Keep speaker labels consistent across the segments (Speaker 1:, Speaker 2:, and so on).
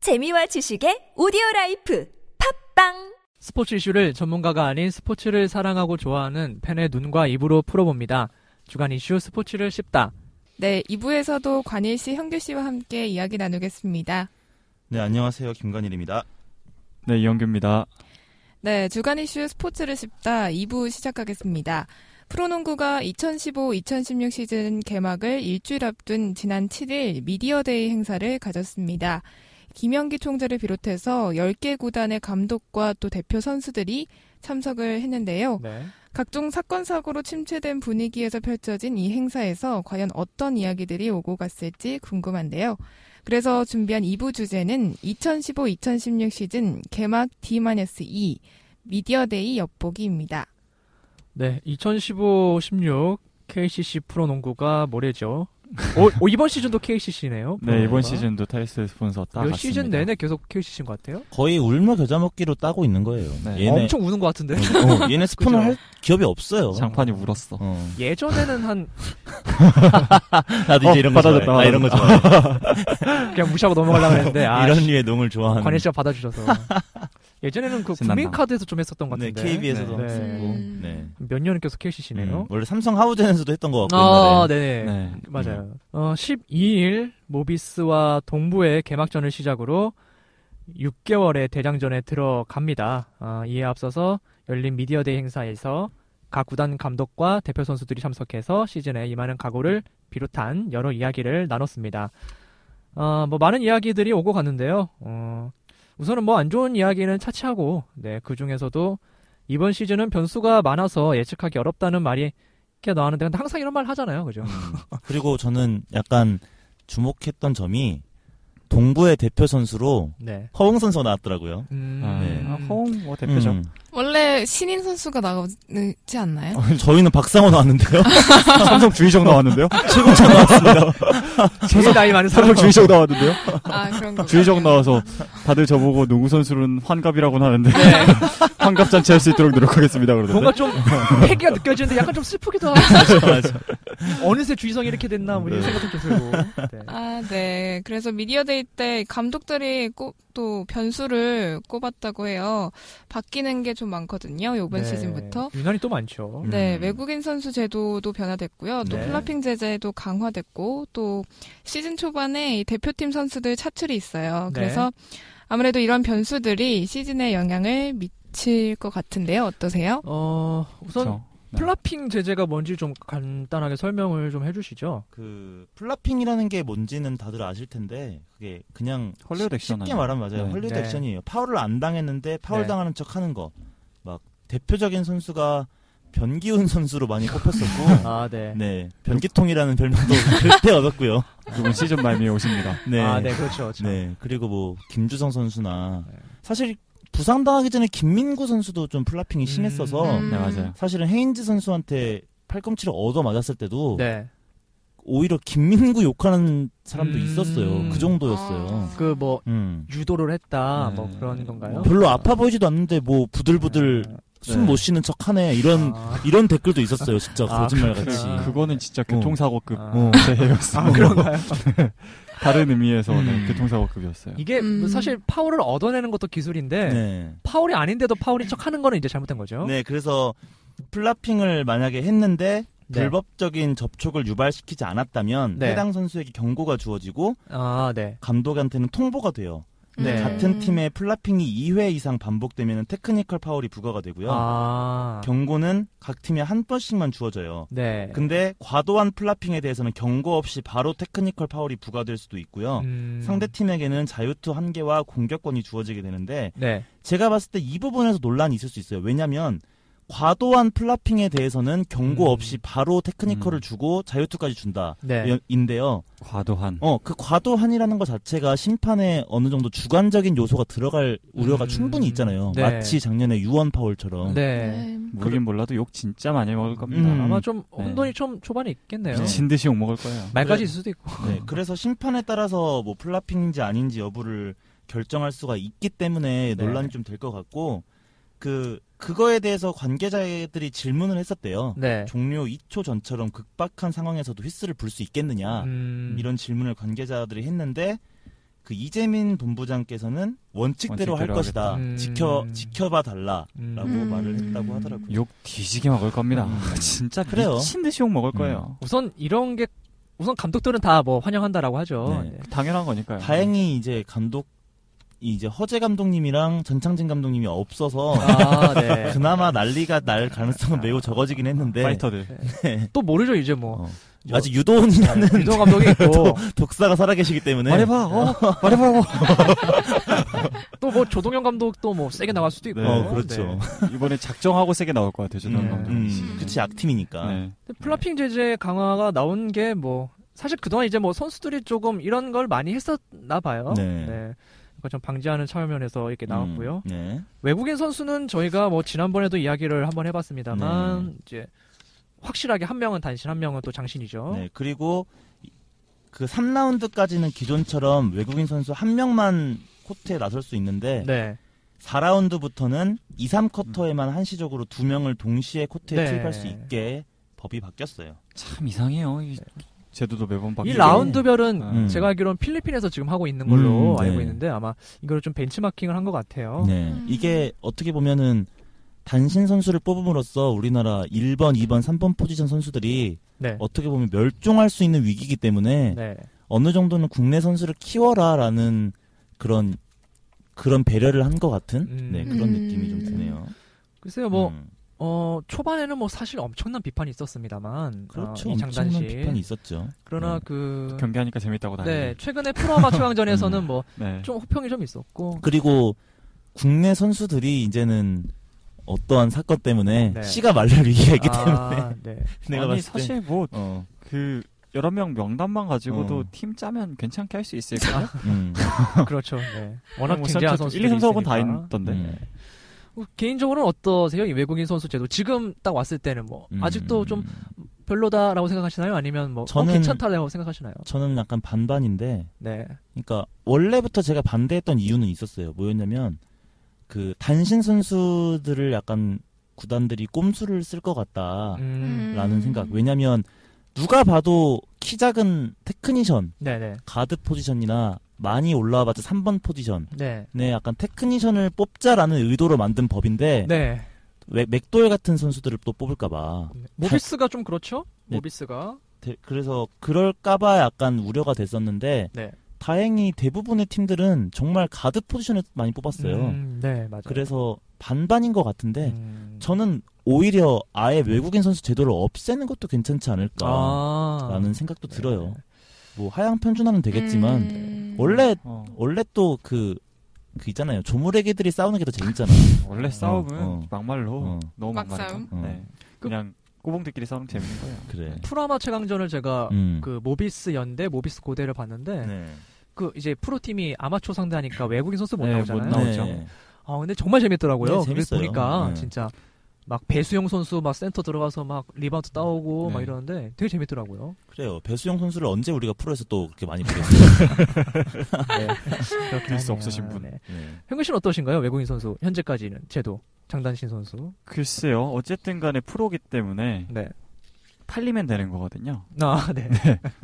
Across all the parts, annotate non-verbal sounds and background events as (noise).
Speaker 1: 재미와 지식의 오디오 라이프 팝빵
Speaker 2: 스포츠 이슈를 전문가가 아닌 스포츠를 사랑하고 좋아하는 팬의 눈과 입으로 풀어봅니다. 주간 이슈 스포츠를 씹다.
Speaker 3: 네, 2부에서도 관일 씨, 형규 씨와 함께 이야기 나누겠습니다.
Speaker 4: 네, 안녕하세요. 김관일입니다.
Speaker 5: 네, 이영규입니다.
Speaker 3: 네, 주간 이슈 스포츠를 씹다 2부 시작하겠습니다. 프로농구가 2015-2016 시즌 개막을 일주일 앞둔 지난 7일 미디어데이 행사를 가졌습니다. 김영기 총재를 비롯해서 10개 구단의 감독과 또 대표 선수들이 참석을 했는데요.
Speaker 2: 네.
Speaker 3: 각종 사건 사고로 침체된 분위기에서 펼쳐진 이 행사에서 과연 어떤 이야기들이 오고 갔을지 궁금한데요. 그래서 준비한 2부 주제는 2015-2016 시즌 개막 D-2 미디어데이 엿보기입니다.
Speaker 2: 네. 2015-16 KCC 프로농구가 모레죠. (laughs) 오, 오, 이번 시즌도 KCC네요.
Speaker 5: 어, 네, 이번 시즌도 타이스 스폰서 따
Speaker 2: 몇 시즌 내내 계속 KCC인 것 같아요.
Speaker 4: 거의 울며 겨자 먹기로 따고 있는 거예요.
Speaker 5: 네.
Speaker 4: 얘네,
Speaker 2: 엄청 우는 것
Speaker 5: (laughs)
Speaker 2: 같은데. (laughs)
Speaker 4: 어, 얘네 스폰을 할 기업이 없어요.
Speaker 5: 장판이 울었어.
Speaker 4: 어.
Speaker 2: 예전에는 한
Speaker 4: 나도 이제
Speaker 5: 어,
Speaker 4: 이런 거 좋아해.
Speaker 5: 받아줬다,
Speaker 4: 나 이런 거 좋아해.
Speaker 2: 그냥 무시하고 넘어가려고
Speaker 5: (laughs)
Speaker 2: 했는데 아,
Speaker 4: 이런
Speaker 2: 씨,
Speaker 4: 류의 농을 좋아하는.
Speaker 2: 관일 씨가 받아주셔서. 예전에는 그
Speaker 5: 신난다.
Speaker 2: 국민카드에서 좀 했었던 것
Speaker 4: 네,
Speaker 2: 같은데.
Speaker 4: KB에서도
Speaker 2: 네.
Speaker 3: 음.
Speaker 4: 네.
Speaker 2: 몇 년은 계속
Speaker 4: 음,
Speaker 2: KCC네요.
Speaker 4: 원래 삼성 하우젠에서도 했던 것 같고
Speaker 2: 아,
Speaker 4: 옛날에. 음,
Speaker 2: 네네.
Speaker 5: 어, 네.
Speaker 2: 맞아요. 어, 12일 모비스와 동부의 개막전을 시작으로 6개월의 대장전에 들어갑니다. 아, 이에 앞서서 열린 미디어데이 행사에서 각 구단 감독과 대표 선수들이 참석해서 시즌에 임하는 각오를 비롯한 여러 이야기를 나눴습니다. 어, 뭐 많은 이야기들이 오고 갔는데요. 어, 우선은 뭐 안 좋은 이야기는 차치하고 네, 그 중에서도 이번 시즌은 변수가 많아서 예측하기 어렵다는 말이 이렇게 나왔는데 근데 항상 이런 말 하잖아요. 그죠?
Speaker 4: 음. 그리고 저는 약간 주목했던 점이 동부의 대표 선수로
Speaker 2: 네.
Speaker 4: 허웅 선수가 나왔더라고요.
Speaker 2: 음.
Speaker 5: 아,
Speaker 4: 네.
Speaker 5: 아,
Speaker 4: (laughs)
Speaker 5: 허웅 뭐 대표죠.
Speaker 4: 음.
Speaker 3: 원래 신인 선수가 나오지 않나요?
Speaker 4: 어, 저희는 박상호 나왔는데요.
Speaker 5: (laughs) 삼성 주의정 나왔는데요.
Speaker 4: 최고차 나왔습니다.
Speaker 2: 제일 나이 많은 사람
Speaker 5: 삼성 주의정 나왔는데요.
Speaker 3: 아, 그런 거.
Speaker 5: 주의정 나와서 다들 저보고 농구 선수는 환갑이라고는 하는데 (laughs) 환갑 잔치할 수 있도록 노력하겠습니다.
Speaker 2: 뭔가
Speaker 4: (laughs)
Speaker 5: 그러던데.
Speaker 2: 좀 패기가 느껴지는데 약간 좀 슬프기도 하고
Speaker 4: 네. 맞아.
Speaker 2: (laughs) 어느새 주의성이 이렇게 됐나 뭐 이런
Speaker 4: 네.
Speaker 2: 생각도 좀 들고 네.
Speaker 3: 아, 네. 그래서 미디어데이 때 감독들이 꼭 또 변수를 꼽았다고 해요. 바뀌는 게 좀 많거든요. 이번
Speaker 2: 네.
Speaker 3: 시즌부터.
Speaker 2: 유난히 또 많죠.
Speaker 3: 네,
Speaker 4: 음.
Speaker 3: 외국인 선수 제도도 변화됐고요. 또
Speaker 2: 네.
Speaker 3: 플라핑 제재도 강화됐고 또 시즌 초반에 이 대표팀 선수들 차출이 있어요.
Speaker 2: 네.
Speaker 3: 그래서 아무래도 이런 변수들이 시즌에 영향을 미칠 것 같은데요. 어떠세요?
Speaker 2: 어 우선
Speaker 5: 그렇죠. 네.
Speaker 2: 플라핑 제재가 뭔지 좀 간단하게 설명을 좀 해주시죠.
Speaker 4: 그 플라핑이라는 게 뭔지는 다들 아실 텐데 그게 그냥
Speaker 5: 헐리우드
Speaker 4: 쉽게
Speaker 5: 액션하나요?
Speaker 4: 말하면 맞아요.
Speaker 5: 네.
Speaker 4: 헐리우드
Speaker 2: 네.
Speaker 4: 액션이에요. 파울을 안 당했는데 파울
Speaker 2: 네.
Speaker 4: 당하는 척 하는 거. 막 대표적인 선수가 변기훈 선수로 많이
Speaker 2: (laughs)
Speaker 4: 꼽혔었고
Speaker 2: 아 네.
Speaker 4: 네. 변기통이라는 별명도 (laughs) 그때 얻었고요.
Speaker 5: 그분 시즌 말미에 오십니다.
Speaker 4: 네.
Speaker 2: 아 네 그렇죠. 그렇죠.
Speaker 4: 네. 그리고 뭐 김주성 선수나
Speaker 2: 네.
Speaker 4: 사실 부상 당하기 전에 김민구 선수도 좀 플라핑이 심했어서
Speaker 3: 음.
Speaker 5: 네 맞아요.
Speaker 4: 사실은 헤인즈 선수한테 팔꿈치를 얻어 맞았을 때도
Speaker 2: 네.
Speaker 4: 오히려 김민구 욕하는 사람도
Speaker 2: 음.
Speaker 4: 있었어요. 그 정도였어요.
Speaker 3: 아.
Speaker 2: 그 뭐
Speaker 4: 음.
Speaker 2: 유도를 했다
Speaker 5: 네.
Speaker 2: 뭐 그런 건가요?
Speaker 4: 별로 아파 보이지도 않는데 뭐 부들부들 숨 못 쉬는 척하네
Speaker 2: 네.
Speaker 4: 이런
Speaker 2: 아,
Speaker 4: 이런 댓글도 있었어요. 진짜
Speaker 2: 아,
Speaker 4: 거짓말
Speaker 2: 그렇구나.
Speaker 4: 같이.
Speaker 2: 그-
Speaker 5: 그거는 진짜 교통사고급
Speaker 2: 아.
Speaker 5: 어, 재해였어.
Speaker 2: 아,
Speaker 5: (laughs)
Speaker 2: 그런가요?
Speaker 5: 다른 의미에서 네,
Speaker 4: 음.
Speaker 5: 교통사고급이었어요.
Speaker 2: 이게
Speaker 3: 음.
Speaker 2: 뭐 사실 파울을 얻어내는 것도 기술인데
Speaker 4: 네.
Speaker 2: 파울이 아닌데도 파울인 척하는 거는 이제 잘못된 거죠.
Speaker 4: 네, 그래서 플라핑을 만약에 했는데
Speaker 2: 네.
Speaker 4: 불법적인 접촉을 유발시키지 않았다면
Speaker 2: 네.
Speaker 4: 해당 선수에게 경고가 주어지고
Speaker 2: 아 네.
Speaker 4: 감독한테는 통보가 돼요.
Speaker 2: 네.
Speaker 3: 음.
Speaker 4: 같은 팀의 플라핑이 2회 이상 반복되면 테크니컬 파울이 부과가 되고요.
Speaker 2: 아.
Speaker 4: 경고는 각 팀에 한 번씩만 주어져요.
Speaker 2: 네.
Speaker 4: 근데 과도한 플라핑에 대해서는 경고 없이 바로 테크니컬 파울이 부과될 수도 있고요.
Speaker 2: 음.
Speaker 4: 어, 상대 팀에게는 자유투 한 개와 공격권이 주어지게 되는데
Speaker 2: 네.
Speaker 4: 제가 봤을 때 이 부분에서 논란이 있을 수 있어요. 왜냐하면 과도한 플라핑에 대해서는 경고
Speaker 2: 음.
Speaker 4: 없이 바로 테크니컬을
Speaker 5: 음.
Speaker 4: 주고 자유투까지 준다.
Speaker 2: 네.
Speaker 4: 여- 인데요.
Speaker 5: 과도한.
Speaker 4: 어, 그 과도한이라는 것 자체가 심판에 어느 정도 주관적인 요소가 들어갈 우려가
Speaker 2: 음.
Speaker 4: 충분히 있잖아요.
Speaker 2: 네.
Speaker 4: 마치 작년에 유언 파울처럼.
Speaker 2: 네.
Speaker 5: 모르긴 몰라도 욕 진짜 많이 먹을 겁니다.
Speaker 4: 음.
Speaker 2: 아마 좀
Speaker 5: 네.
Speaker 2: 혼돈이 좀 초반에 있겠네요.
Speaker 4: 네.
Speaker 5: 미친 듯이 욕 먹을 거예요.
Speaker 2: 말까지
Speaker 4: 그래.
Speaker 2: 있을 수도 있고.
Speaker 4: 네, 그래서 심판에 따라서 뭐 플라핑인지 아닌지 여부를 결정할 수가 있기 때문에
Speaker 2: 네.
Speaker 4: 논란이 좀 될 것 같고 그 그거에 대해서 관계자들이 질문을 했었대요.
Speaker 2: 네.
Speaker 4: 종료 2초 전처럼 극박한 상황에서도 휘스를 불 수 있겠느냐
Speaker 2: 음.
Speaker 4: 이런 질문을 관계자들이 했는데 그 이재민 본부장께서는 원칙대로, 할
Speaker 5: 원칙대로
Speaker 4: 것이다.
Speaker 2: 하겠다.
Speaker 4: 지켜
Speaker 2: 음.
Speaker 4: 지켜봐 달라라고
Speaker 2: 음.
Speaker 3: 음.
Speaker 4: 말을 했다고 하더라고요.
Speaker 5: 욕 뒤지게 먹을 겁니다. (laughs) 진짜
Speaker 4: 그래요.
Speaker 5: 미친 듯이 욕 먹을 거예요.
Speaker 2: 우선 이런 게 우선 감독들은 다 뭐 환영한다라고 하죠.
Speaker 4: 네.
Speaker 2: 네.
Speaker 5: 당연한 거니까요.
Speaker 4: 다행히 이제 감독 이 이제 허재 감독님이랑 전창진 감독님이 없어서
Speaker 2: 아, 네.
Speaker 4: 그나마 난리가 날 가능성은 매우 적어지긴 했는데
Speaker 5: 파이터들.
Speaker 2: 또 모르죠 이제 뭐.
Speaker 4: 어. 아직 유도훈이라는
Speaker 2: 유동 감독이 있고
Speaker 4: (laughs) 독사가 살아계시기 때문에
Speaker 5: 말해봐, 네. 어, (laughs) 말해봐.
Speaker 2: 또 뭐 조동현 감독도 뭐 세게 나갈 수도 있고.
Speaker 5: 네.
Speaker 4: 어 그렇죠.
Speaker 2: 네.
Speaker 5: 이번에 작정하고 세게 나올 것 같아요, 조던
Speaker 2: 음. 아.
Speaker 5: 감독.
Speaker 4: 음, 그치 악팀이니까.
Speaker 5: 네.
Speaker 2: 근데 플라핑 제재 강화가 나온 게 뭐 사실 그동안 이제 뭐 선수들이 조금 이런 걸 많이 했었나 봐요.
Speaker 4: 네.
Speaker 2: 그러니까 좀 방지하는 차원에서 어? 이렇게 나왔고요.
Speaker 4: 음, 네.
Speaker 2: 외국인 선수는 저희가 뭐 지난번에도 이야기를 한번 해봤습니다만
Speaker 4: 네.
Speaker 2: 이제 확실하게 한 명은 단신, 한 명은 또 장신이죠.
Speaker 4: 네, 그리고 이- 그 3라운드까지는 기존처럼 외국인 선수 한 명만 코트에 나설 수 있는데
Speaker 2: 네.
Speaker 4: 4라운드부터는 2, 3쿼터에만 한시적으로 두 명을 동시에 코트에
Speaker 2: 네.
Speaker 4: 투입할 수 있게 법이 바뀌었어요.
Speaker 5: 참 이상해요. 이 제도도 매번
Speaker 2: 이
Speaker 5: 바뀌고.
Speaker 2: 라운드별은
Speaker 5: 음.
Speaker 2: 제가 알기로는 필리핀에서 지금 하고 있는 걸로
Speaker 4: 아, 음, 네.
Speaker 2: 알고 있는데 아마 이걸 좀 벤치마킹을 한 것 같아요.
Speaker 4: 네.
Speaker 3: 음.
Speaker 4: 이게 어떻게 보면은 단신 선수를 뽑음으로써 우리나라 1번, 2번, 3번 포지션 선수들이
Speaker 2: 네.
Speaker 4: 어떻게 보면 멸종할 수 있는 위기이기 때문에
Speaker 2: 네.
Speaker 4: 어느 정도는 국내 선수를 키워라라는 그런 그런 배려를 한 것 같은
Speaker 2: 음.
Speaker 4: 네, 그런
Speaker 3: 음.
Speaker 4: 느낌이 좀 드네요.
Speaker 2: 글쎄요, 뭐,
Speaker 4: 음,
Speaker 2: 어, 초반에는 뭐 사실 엄청난 비판이 있었습니다만.
Speaker 4: 그렇죠.
Speaker 2: 어, 이 장단식.
Speaker 4: 엄청난 비판이 있었죠.
Speaker 2: 그러나
Speaker 4: 네. 아,
Speaker 2: 그.
Speaker 5: 경기하니까 재밌다고 다니.
Speaker 2: 네. 최근에 프로아마 최강전에서는
Speaker 4: (laughs) 음.
Speaker 2: 뭐 좀
Speaker 5: 네.
Speaker 2: 호평이 좀 있었고.
Speaker 4: 그리고 국내 선수들이 이제는 어떠한 사건 때문에
Speaker 2: 네.
Speaker 4: 씨가 (laughs) 말을 위기했기 때문에
Speaker 2: 아, 네.
Speaker 4: 내가
Speaker 5: 아니
Speaker 4: 봤을 때
Speaker 5: 사실 뭐
Speaker 4: 어,
Speaker 5: 그 여러 명 명단만 가지고도
Speaker 4: 어.
Speaker 5: 팀 짜면 괜찮게 할 수 있을 거예요.
Speaker 4: 음,
Speaker 2: (laughs) 그렇죠. (laughs) 네. 워낙
Speaker 5: 뭐
Speaker 2: 쟁쟁한
Speaker 5: 센터
Speaker 2: 선수.
Speaker 5: 1, 2, 3, 4, 5다 있던데.
Speaker 4: 음.
Speaker 2: 뭐 개인적으로는 어떠세요? 이 외국인 선수 제도 지금 딱 왔을 때는 뭐
Speaker 4: 음.
Speaker 2: 아직도 좀 별로다라고 생각하시나요? 아니면 뭐
Speaker 4: 저는-
Speaker 2: 어, 괜찮다라고 생각하시나요?
Speaker 4: 저는 약간 반반인데,
Speaker 2: 네,
Speaker 4: 그러니까 원래부터 제가 반대했던 이유는 있었어요. 뭐였냐면 그 단신 선수들을 약간 구단들이 꼼수를 쓸 것 같다.
Speaker 2: 음,
Speaker 4: 라는
Speaker 3: 음.
Speaker 4: 생각. 왜냐면 누가 봐도 키 작은 테크니션,
Speaker 2: 네, 네,
Speaker 4: 가드 포지션이나 많이 올라와봤자 3번 포지션.
Speaker 2: 네,
Speaker 4: 네, 약간 테크니션을 뽑자라는 의도로 만든 법인데
Speaker 2: 네.
Speaker 4: 왜- 맥도일 같은 선수들을 또 뽑을까봐.
Speaker 2: 모비스가 좀 그렇죠?
Speaker 4: 네.
Speaker 2: 모비스가
Speaker 4: 데- 그래서 그럴까봐 약간 우려가 됐었는데
Speaker 2: 네,
Speaker 4: 다행히 대부분의 팀들은 정말 가드 포지션을 많이 뽑았어요.
Speaker 2: 음, 네, 맞아요.
Speaker 4: 그래서 반반인 것 같은데
Speaker 2: 음.
Speaker 4: 저는 오히려 아예 외국인 선수 제도를 없애는 것도 괜찮지 않을까라는
Speaker 2: 아,
Speaker 4: 생각도
Speaker 2: 네.
Speaker 4: 들어요. 뭐 하향 편준하면 되겠지만
Speaker 3: 음.
Speaker 4: 원래
Speaker 5: 어,
Speaker 4: 원래 또 그 그 있잖아요 조물애기들이 싸우는 게 더 재밌잖아.
Speaker 5: 원래 싸움은
Speaker 4: 어, 어.
Speaker 5: 막말로
Speaker 4: 어.
Speaker 5: 너무
Speaker 3: 막
Speaker 5: 막말로.
Speaker 3: 싸움?
Speaker 5: 네. 그냥 꼬봉들끼리 싸우면 재밌는 거예요.
Speaker 4: 그래.
Speaker 2: 프라마 최강전을 제가
Speaker 4: 음.
Speaker 2: 그 모비스 연대, 모비스 고대를 봤는데
Speaker 4: 네.
Speaker 2: 그 이제 프로 팀이 아마추어 상대하니까 외국인 선수 못
Speaker 5: 네, 못
Speaker 2: 나오잖아요.
Speaker 5: 나오죠.
Speaker 4: 네.
Speaker 2: 아 근데 정말 재밌더라고요.
Speaker 4: 네, 재밌어요.
Speaker 2: 보니까
Speaker 4: 네.
Speaker 2: 진짜 막 배수영 선수 막 센터 들어가서 막 리바운드 따오고 막
Speaker 4: 네.
Speaker 2: 이러는데 되게 재밌더라고요.
Speaker 4: 그래요. 배수영 선수를 언제 우리가 프로에서 또 그렇게 많이
Speaker 2: (laughs)
Speaker 4: 보겠어요.
Speaker 2: 네. 그렇게
Speaker 5: 수 없으신 분.
Speaker 4: 네.
Speaker 2: 현근 씨는 어떠신가요? 외국인 선수 현재까지는 제도 장단신 선수.
Speaker 5: 글쎄요. 어쨌든 간에 프로기 때문에
Speaker 2: 네.
Speaker 5: 팔리면 되는 거거든요.
Speaker 2: 아 네.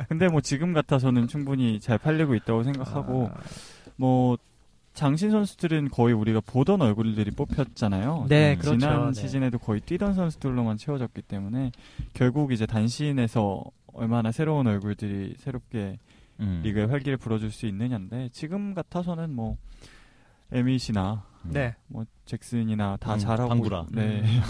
Speaker 5: 근데 뭐 지금 같아서는 충분히 잘 팔리고 있다고
Speaker 2: 아,
Speaker 5: 생각하고 뭐 장신 선수들은 거의 우리가 보던 얼굴들이 뽑혔잖아요.
Speaker 2: 네,
Speaker 4: 음,
Speaker 2: 그렇죠.
Speaker 5: 지난
Speaker 2: 네.
Speaker 5: 시즌에도 거의 뛰던 선수들로만 채워졌기 때문에 결국 이제 단신에서 얼마나 새로운 얼굴들이 새롭게
Speaker 4: 음.
Speaker 5: 리그에 활기를 불어줄 수 있느냐인데 지금 같아서는 뭐 E 에밋이나
Speaker 2: 네.
Speaker 5: 뭐 잭슨이나 다
Speaker 4: 음,
Speaker 5: 잘하고
Speaker 4: 방구라.
Speaker 5: 네
Speaker 2: 음.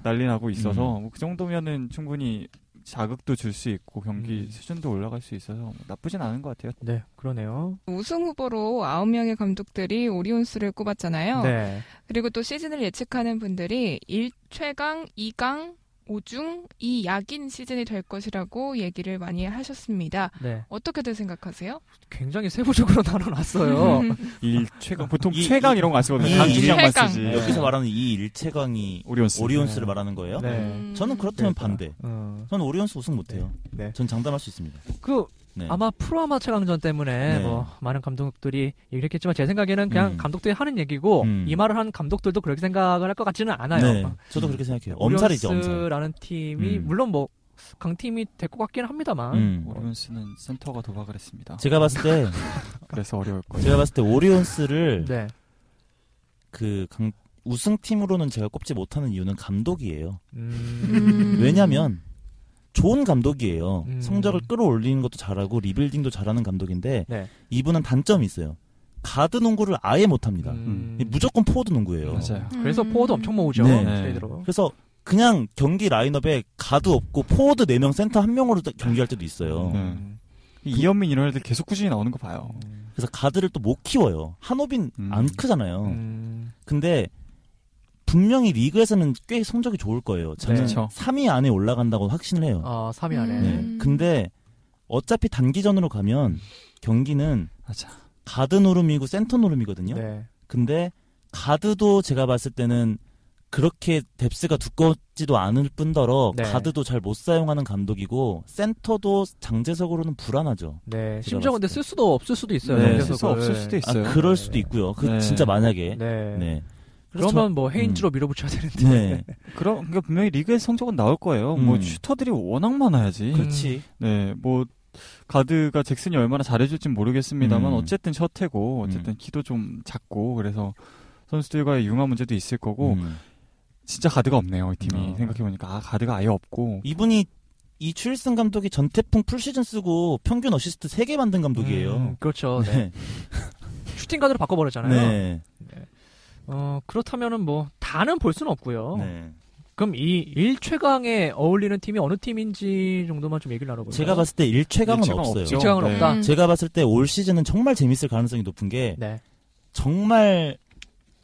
Speaker 5: (laughs) 난리 나고 있어서 뭐그 정도면은 충분히 자극도 줄 수 있고 경기
Speaker 2: 음.
Speaker 5: 수준도 올라갈 수 있어서 뭐 나쁘진 않은 것 같아요.
Speaker 2: 네. 그러네요.
Speaker 3: 우승 후보로 9명의 감독들이 오리온스를 꼽았잖아요.
Speaker 2: 네.
Speaker 3: 그리고 또 시즌을 예측하는 분들이 1최강, 2강, 5중, 2약인 시즌이 될 것이라고 얘기를 많이 하셨습니다.
Speaker 2: 네.
Speaker 3: 어떻게들 생각하세요?
Speaker 2: 굉장히 세부적으로 (laughs) 나눠놨어요.
Speaker 5: 일 최강 보통
Speaker 4: 이-
Speaker 5: 최강
Speaker 4: 이-
Speaker 5: 이런 거 안 쓰거든요.
Speaker 4: 이-
Speaker 5: 강진양만
Speaker 3: 최강.
Speaker 5: 쓰지.
Speaker 3: 네.
Speaker 4: 여기서 말하는 이 일체강이
Speaker 5: 오리온스.
Speaker 4: 오리온스를
Speaker 2: 네.
Speaker 4: 말하는 거예요?
Speaker 2: 네.
Speaker 3: 음.
Speaker 4: 저는 그렇다면 반대.
Speaker 2: 어,
Speaker 4: 저는 오리온스 우승 못해요.
Speaker 2: 네.
Speaker 4: 전 장담할 수 있습니다.
Speaker 2: 그
Speaker 4: 네.
Speaker 2: 아마 프로 아마추어 강전 때문에
Speaker 4: 네.
Speaker 2: 뭐 많은 감독들이 얘기를 했겠지만 제 생각에는 그냥
Speaker 4: 음.
Speaker 2: 감독들이 하는 얘기고
Speaker 4: 음.
Speaker 2: 이 말을 한 감독들도 그렇게 생각을 할 것 같지는 않아요. 네.
Speaker 4: 네. 저도 그렇게 생각해요. 엄살이죠, 엄살.
Speaker 2: 라는 팀이
Speaker 4: 음.
Speaker 2: 물론 뭐 강팀이 될 것 같긴 합니다만
Speaker 4: 음.
Speaker 5: 오리온스는 센터가 도박을 했습니다.
Speaker 4: 제가 봤을
Speaker 2: (laughs)
Speaker 4: 때
Speaker 5: 그래서 어려울 거예요.
Speaker 4: 제가 봤을 때 오리온스를
Speaker 2: 네.
Speaker 4: 그 강- 우승팀으로는 제가 꼽지 못하는 이유는 감독이에요.
Speaker 2: 음.
Speaker 4: 왜냐면 좋은 감독이에요.
Speaker 2: 음.
Speaker 4: 성적을 끌어올리는 것도 잘하고 리빌딩도 잘하는 감독인데
Speaker 2: 네.
Speaker 4: 이분은 단점이 있어요. 가드 농구를 아예 못합니다.
Speaker 2: 음.
Speaker 4: 무조건 포워드 농구예요.
Speaker 5: 맞아요. 음.
Speaker 2: 그래서 포워드 엄청 모으죠.
Speaker 4: 네.
Speaker 2: 트레이드로.
Speaker 4: 그래서 그냥 경기 라인업에 가드 없고 포워드 4명 센터 1명으로 경기할 때도 있어요.
Speaker 5: 네.
Speaker 2: 음.
Speaker 5: 이 이현민 이런 애들 계속 꾸준히 나오는 거 봐요.
Speaker 4: 그래서 가드를 또 못 키워요. 한호빈
Speaker 5: 음.
Speaker 4: 안 크잖아요.
Speaker 2: 음.
Speaker 4: 근데 분명히 리그에서는 꽤 성적이 좋을 거예요. 저는
Speaker 5: 네. 그쵸.
Speaker 4: 3위 안에 올라간다고 확신을 해요.
Speaker 2: 어, 3위 안에.
Speaker 4: 네.
Speaker 3: 음.
Speaker 4: 근데 어차피 단기전으로 가면 경기는
Speaker 5: 맞아.
Speaker 4: 가드 노름이고 센터 노름이거든요.
Speaker 2: 네.
Speaker 4: 근데 가드도 제가 봤을 때는 그렇게 뎁스가 두껍지도 않을 뿐더러
Speaker 2: 네.
Speaker 4: 가드도 잘 못 사용하는 감독이고 센터도 장재석으로는 불안하죠.
Speaker 2: 네.
Speaker 4: 제가
Speaker 2: 심지어 근데
Speaker 4: 봤을
Speaker 2: 쓸 수도 없을 수도 있어요.
Speaker 5: 네,
Speaker 2: 그래서
Speaker 5: 쓸수
Speaker 2: 그걸.
Speaker 5: 없을 수도
Speaker 4: 아,
Speaker 5: 있어요.
Speaker 4: 그럴
Speaker 2: 네.
Speaker 4: 수도 있고요. 그
Speaker 5: 네.
Speaker 4: 진짜 만약에
Speaker 2: 네.
Speaker 4: 네. 그래서
Speaker 2: 그러면 뭐 헤인즈로 밀어붙여야
Speaker 4: 저-
Speaker 2: 되는데.
Speaker 4: 네.
Speaker 5: 그럼 그러니까 분명히 리그에서 성적은 나올 거예요. 뭐
Speaker 4: 음.
Speaker 5: 슈터들이 워낙 많아야지.
Speaker 4: 그렇지.
Speaker 5: 네, 뭐 가드가 잭슨이 얼마나 잘해줄진 모르겠습니다만
Speaker 4: 음.
Speaker 5: 어쨌든 셔태고 어쨌든 키도 좀 작고 그래서 선수들과의 융화 문제도 있을 거고
Speaker 4: 음.
Speaker 5: 진짜 가드가 없네요 이 팀이
Speaker 4: 어.
Speaker 5: 생각해보니까 아 가드가 아예 없고
Speaker 4: 이분이 이 추일승 감독이 전태풍 풀시즌 쓰고 평균 어시스트 3개 만든 감독이에요.
Speaker 2: 음, 그렇죠. 네. 슈팅 가드로 바꿔버렸잖아요.
Speaker 4: 네.
Speaker 2: 어, 그렇다면은 뭐 다는 볼 수는 없고요.
Speaker 4: 네.
Speaker 2: 그럼 이 1최강에 어울리는 팀이 어느 팀인지 정도만 좀 얘기를 나눠볼까요?
Speaker 4: 제가 봤을 때 1최강은
Speaker 5: 일체가
Speaker 4: 없어요.
Speaker 5: 없죠.
Speaker 2: 일체강은
Speaker 5: 네.
Speaker 2: 없다.
Speaker 3: 음.
Speaker 4: 제가 봤을 때 올 시즌은 정말 재밌을 가능성이 높은 게
Speaker 2: 네.
Speaker 4: 정말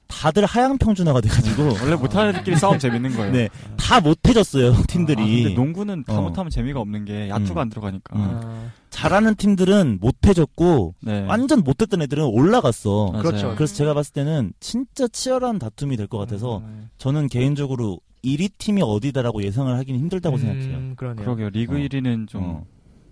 Speaker 4: 다들 하향 평준화가 돼가지고
Speaker 5: 원래 못하는 애들끼리 싸움 재밌는 거예요.
Speaker 4: 아. 네. 다 못해졌어요 팀들이
Speaker 5: 아, 근데 농구는 다
Speaker 4: 어.
Speaker 5: 못하면 재미가 없는 게 야투가 안 들어가니까.
Speaker 4: 음.
Speaker 2: 아,
Speaker 4: 잘하는 팀들은 못해졌고
Speaker 5: 네.
Speaker 4: 완전 못했던 애들은 올라갔어
Speaker 5: 맞아요.
Speaker 2: 그렇죠.
Speaker 4: 그래서 제가 봤을 때는 진짜 치열한 다툼이 될 것 같아서
Speaker 2: 음,
Speaker 4: 저는 개인적으로 1위 팀이 어디다라고 예상을 하기는 힘들다고
Speaker 2: 음,
Speaker 4: 생각해요
Speaker 2: 그러네요.
Speaker 5: 그러게요. 리그
Speaker 4: 어.
Speaker 5: 1위는 좀
Speaker 4: 어.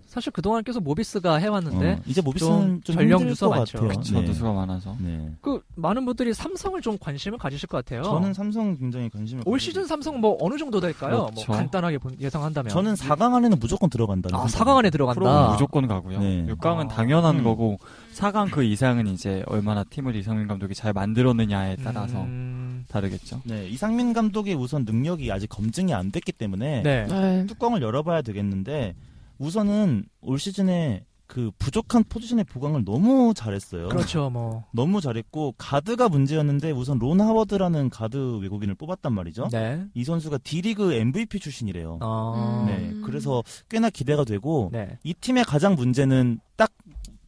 Speaker 2: 사실 그동안 계속 모비스가 해왔는데
Speaker 4: 어. 이제 모비스는
Speaker 2: 좀
Speaker 4: 좀
Speaker 2: 전령
Speaker 4: 힘들
Speaker 2: 주소
Speaker 4: 것
Speaker 2: 많죠.
Speaker 4: 같아요
Speaker 5: 그렇죠.
Speaker 4: 네.
Speaker 5: 누수가 많아서.
Speaker 4: 네.
Speaker 2: 그 많은 분들이 삼성을 좀 관심을 가지실 것 같아요.
Speaker 4: 저는 삼성 굉장히 관심을
Speaker 2: 올
Speaker 4: 가지고
Speaker 2: 시즌 삼성 뭐 어느 정도 될까요?
Speaker 5: 그렇죠.
Speaker 2: 뭐 간단하게 본- 예상한다면.
Speaker 4: 저는 4강 안에는 무조건 들어간다는
Speaker 2: 아
Speaker 4: 생각.
Speaker 2: 4강 안에 들어간다.
Speaker 5: 프로는 무조건 가고요.
Speaker 4: 네.
Speaker 5: 6강은
Speaker 2: 아.
Speaker 5: 당연한
Speaker 4: 음.
Speaker 5: 거고 4강 그 이상은 이제 얼마나 팀을 이상민 감독이 잘 만들었느냐에 따라서
Speaker 2: 음,
Speaker 5: 다르겠죠.
Speaker 4: 네, 이상민 감독의 우선 능력이 아직 검증이 안 됐기 때문에
Speaker 2: 네.
Speaker 3: 네.
Speaker 4: 뚜껑을 열어봐야 되겠는데 우선은 올 시즌에 그 부족한 포지션의 보강을 너무 잘했어요.
Speaker 2: 그렇죠. 뭐.
Speaker 4: 너무 잘했고 가드가 문제였는데 우선 론 하워드라는 가드 외국인을 뽑았단 말이죠.
Speaker 2: 네.
Speaker 4: 이 선수가 D리그 MVP 출신이래요.
Speaker 2: 어.
Speaker 4: 네,
Speaker 3: 음.
Speaker 4: 그래서 꽤나 기대가 되고
Speaker 2: 네.
Speaker 4: 이 팀의 가장 문제는 딱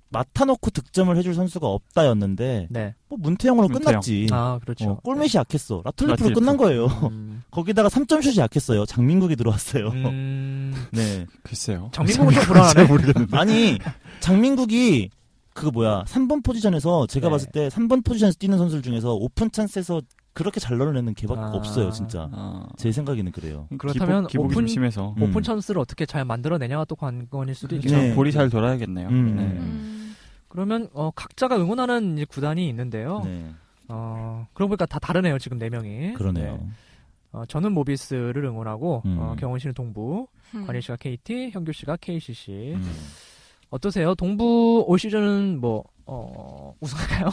Speaker 4: 맡아놓고 득점을 해줄 선수가 없다였는데
Speaker 2: 네.
Speaker 4: 뭐 문태영으로
Speaker 5: 문태영.
Speaker 4: 끝났지.
Speaker 2: 아 그렇죠.
Speaker 4: 어, 골밑이 약했어. 라틀리프로
Speaker 5: 라틀리프.
Speaker 4: 끝난 거예요.
Speaker 2: (laughs) 음.
Speaker 4: 거기다가 3점슛이 약했어요. 장민국이 들어왔어요. (laughs)
Speaker 2: 음.
Speaker 4: 네.
Speaker 5: 글쎄요.
Speaker 2: 장민국은 좀 불안하네.
Speaker 4: (laughs)
Speaker 5: 모르겠는데.
Speaker 4: 아니, 장민국이 그 뭐야, 3번 포지션에서 제가
Speaker 2: 네.
Speaker 4: 봤을 때 3번 포지션에서 뛰는 선수들 중에서 오픈 찬스에서 그렇게 잘 넣어내는 개밖에
Speaker 2: 아.
Speaker 4: 없어요, 진짜.
Speaker 5: 아.
Speaker 4: 제 생각에는 음, 그래요.
Speaker 2: 그렇다면
Speaker 5: 기복, 기복이
Speaker 2: 오픈-
Speaker 5: 좀 심해서
Speaker 4: 음.
Speaker 2: 오픈 찬스를 어떻게 잘 만들어내냐가 또 관건일 수도 있죠.
Speaker 5: 그렇죠.
Speaker 4: 네.
Speaker 5: 볼이 잘 돌아야겠네요.
Speaker 4: 음.
Speaker 5: 네.
Speaker 3: 음.
Speaker 2: 그러면 어, 각자가 응원하는 이제 구단이 있는데요.
Speaker 4: 네.
Speaker 2: 어, 그러고 보니까 다 다르네요. 지금 네 명이.
Speaker 4: 그러네요.
Speaker 2: 네. 어, 저는 모비스를 응원하고
Speaker 4: 음.
Speaker 2: 어, 경원 씨는 동부,
Speaker 3: 음.
Speaker 2: 관일 씨가 KT, 현규 씨가 KCC.
Speaker 4: 음.
Speaker 2: 어떠세요? 동부 올 시즌은 뭐 어, 우승할까요?